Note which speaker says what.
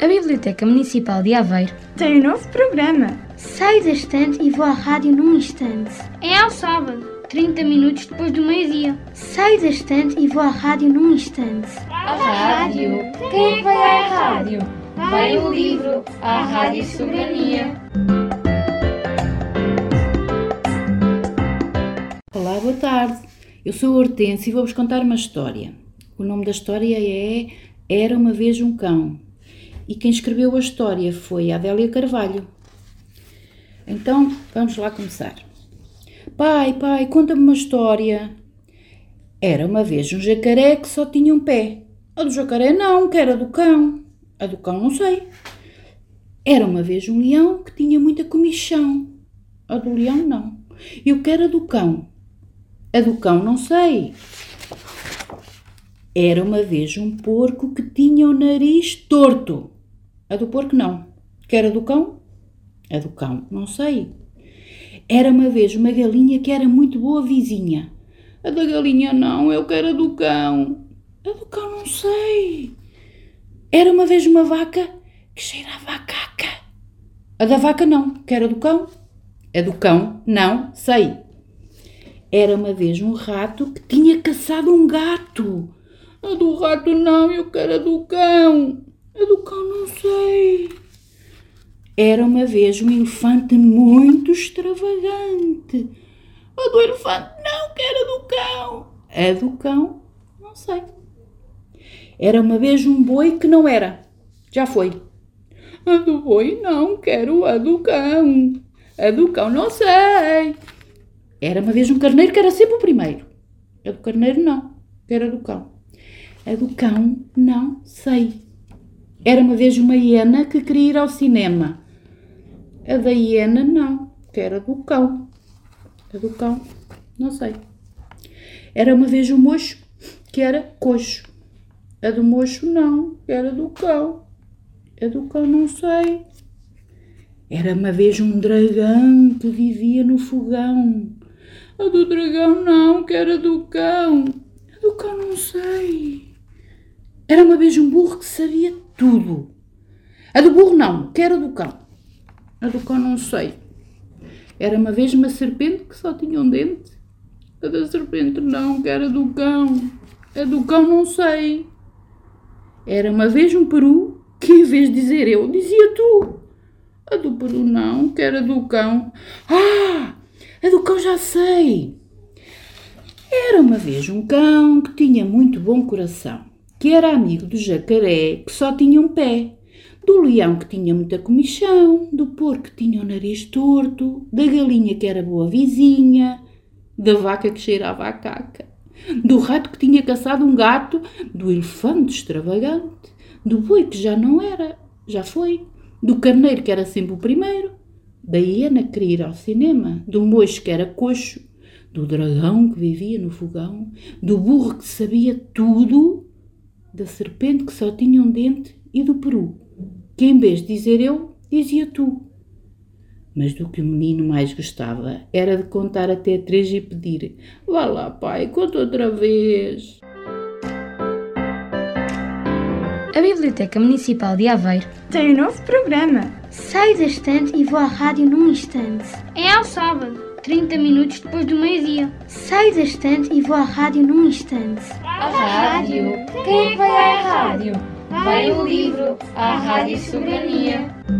Speaker 1: A Biblioteca Municipal de Aveiro
Speaker 2: tem um novo programa.
Speaker 3: Saio da estante e vou à rádio num instante.
Speaker 4: É ao sábado, 30 minutos depois do meio-dia.
Speaker 3: Saio da estante e vou à rádio num instante.
Speaker 5: À rádio? Quem é vai à rádio? Vai o livro, à Rádio Soberania.
Speaker 6: Olá, boa tarde. Eu sou a Hortense e vou-vos contar uma história. O nome da história é Era uma vez um cão. E quem escreveu a história foi a Adélia Carvalho. Então, vamos lá começar. Pai, pai, conta-me uma história. Era uma vez um jacaré que só tinha um pé. A do jacaré não, que era do cão. A do cão não sei. Era uma vez um leão que tinha muita comichão. A do leão não. E o que era do cão? A do cão não sei. Era uma vez um porco que tinha o nariz torto. A do porco não. Que era do cão? A do cão não sei. Era uma vez uma galinha que era muito boa vizinha. A da galinha não, eu que era do cão. A do cão não sei. Era uma vez uma vaca que cheirava a caca. A da vaca não, que era do cão. A do cão, não, sei. Era uma vez um rato que tinha caçado um gato. A do rato não, eu que era do cão. A do cão não sei. Era uma vez um elefante muito extravagante. A do elefante não, que era do cão. A do cão, não sei. Era uma vez um boi que não era. Já foi. A do boi não, quero a do cão. A do cão não sei. Era uma vez um carneiro que era sempre o primeiro. A do carneiro não, era do cão. A do cão não sei. Era uma vez uma hiena que queria ir ao cinema. A da hiena não, que era do cão. A do cão, não sei. Era uma vez um mocho que era coxo. A do mocho não, era do cão. A do cão não sei. Era uma vez um dragão que vivia no fogão. A do dragão não, que era do cão. A do cão não sei. Era uma vez um burro que sabia tudo. A do burro não, que era do cão. A do cão não sei. Era uma vez uma serpente que só tinha um dente. A da serpente não, que era do cão. A do cão não sei. Era uma vez um peru que, em vez de dizer eu, dizia tu. A do peru não, que era do cão. Ah! A do cão já sei! Era uma vez um cão que tinha muito bom coração, que era amigo do jacaré, que só tinha um pé, do leão que tinha muita comichão, do porco que tinha o nariz torto, da galinha que era boa vizinha, da vaca que cheirava a caca, do rato que tinha caçado um gato, do elefante extravagante, do boi que já não era, já foi, do carneiro que era sempre o primeiro, da hiena que queria ir ao cinema, do mocho que era coxo, do dragão que vivia no fogão, do burro que sabia tudo, da serpente que só tinha um dente e do peru, que em vez de dizer eu, dizia tu. Mas do que o menino mais gostava era de contar até três e pedir: Vá lá, pai, conta outra vez.
Speaker 1: A Biblioteca Municipal de Aveiro
Speaker 2: tem um novo programa.
Speaker 3: Saio da estante e vou à rádio num instante.
Speaker 4: É ao sábado, 30 minutos depois do meio-dia.
Speaker 3: Saio da estante e vou à rádio num instante.
Speaker 5: À rádio? Quem vai à rádio? Vai o livro, à Rádio Soberania.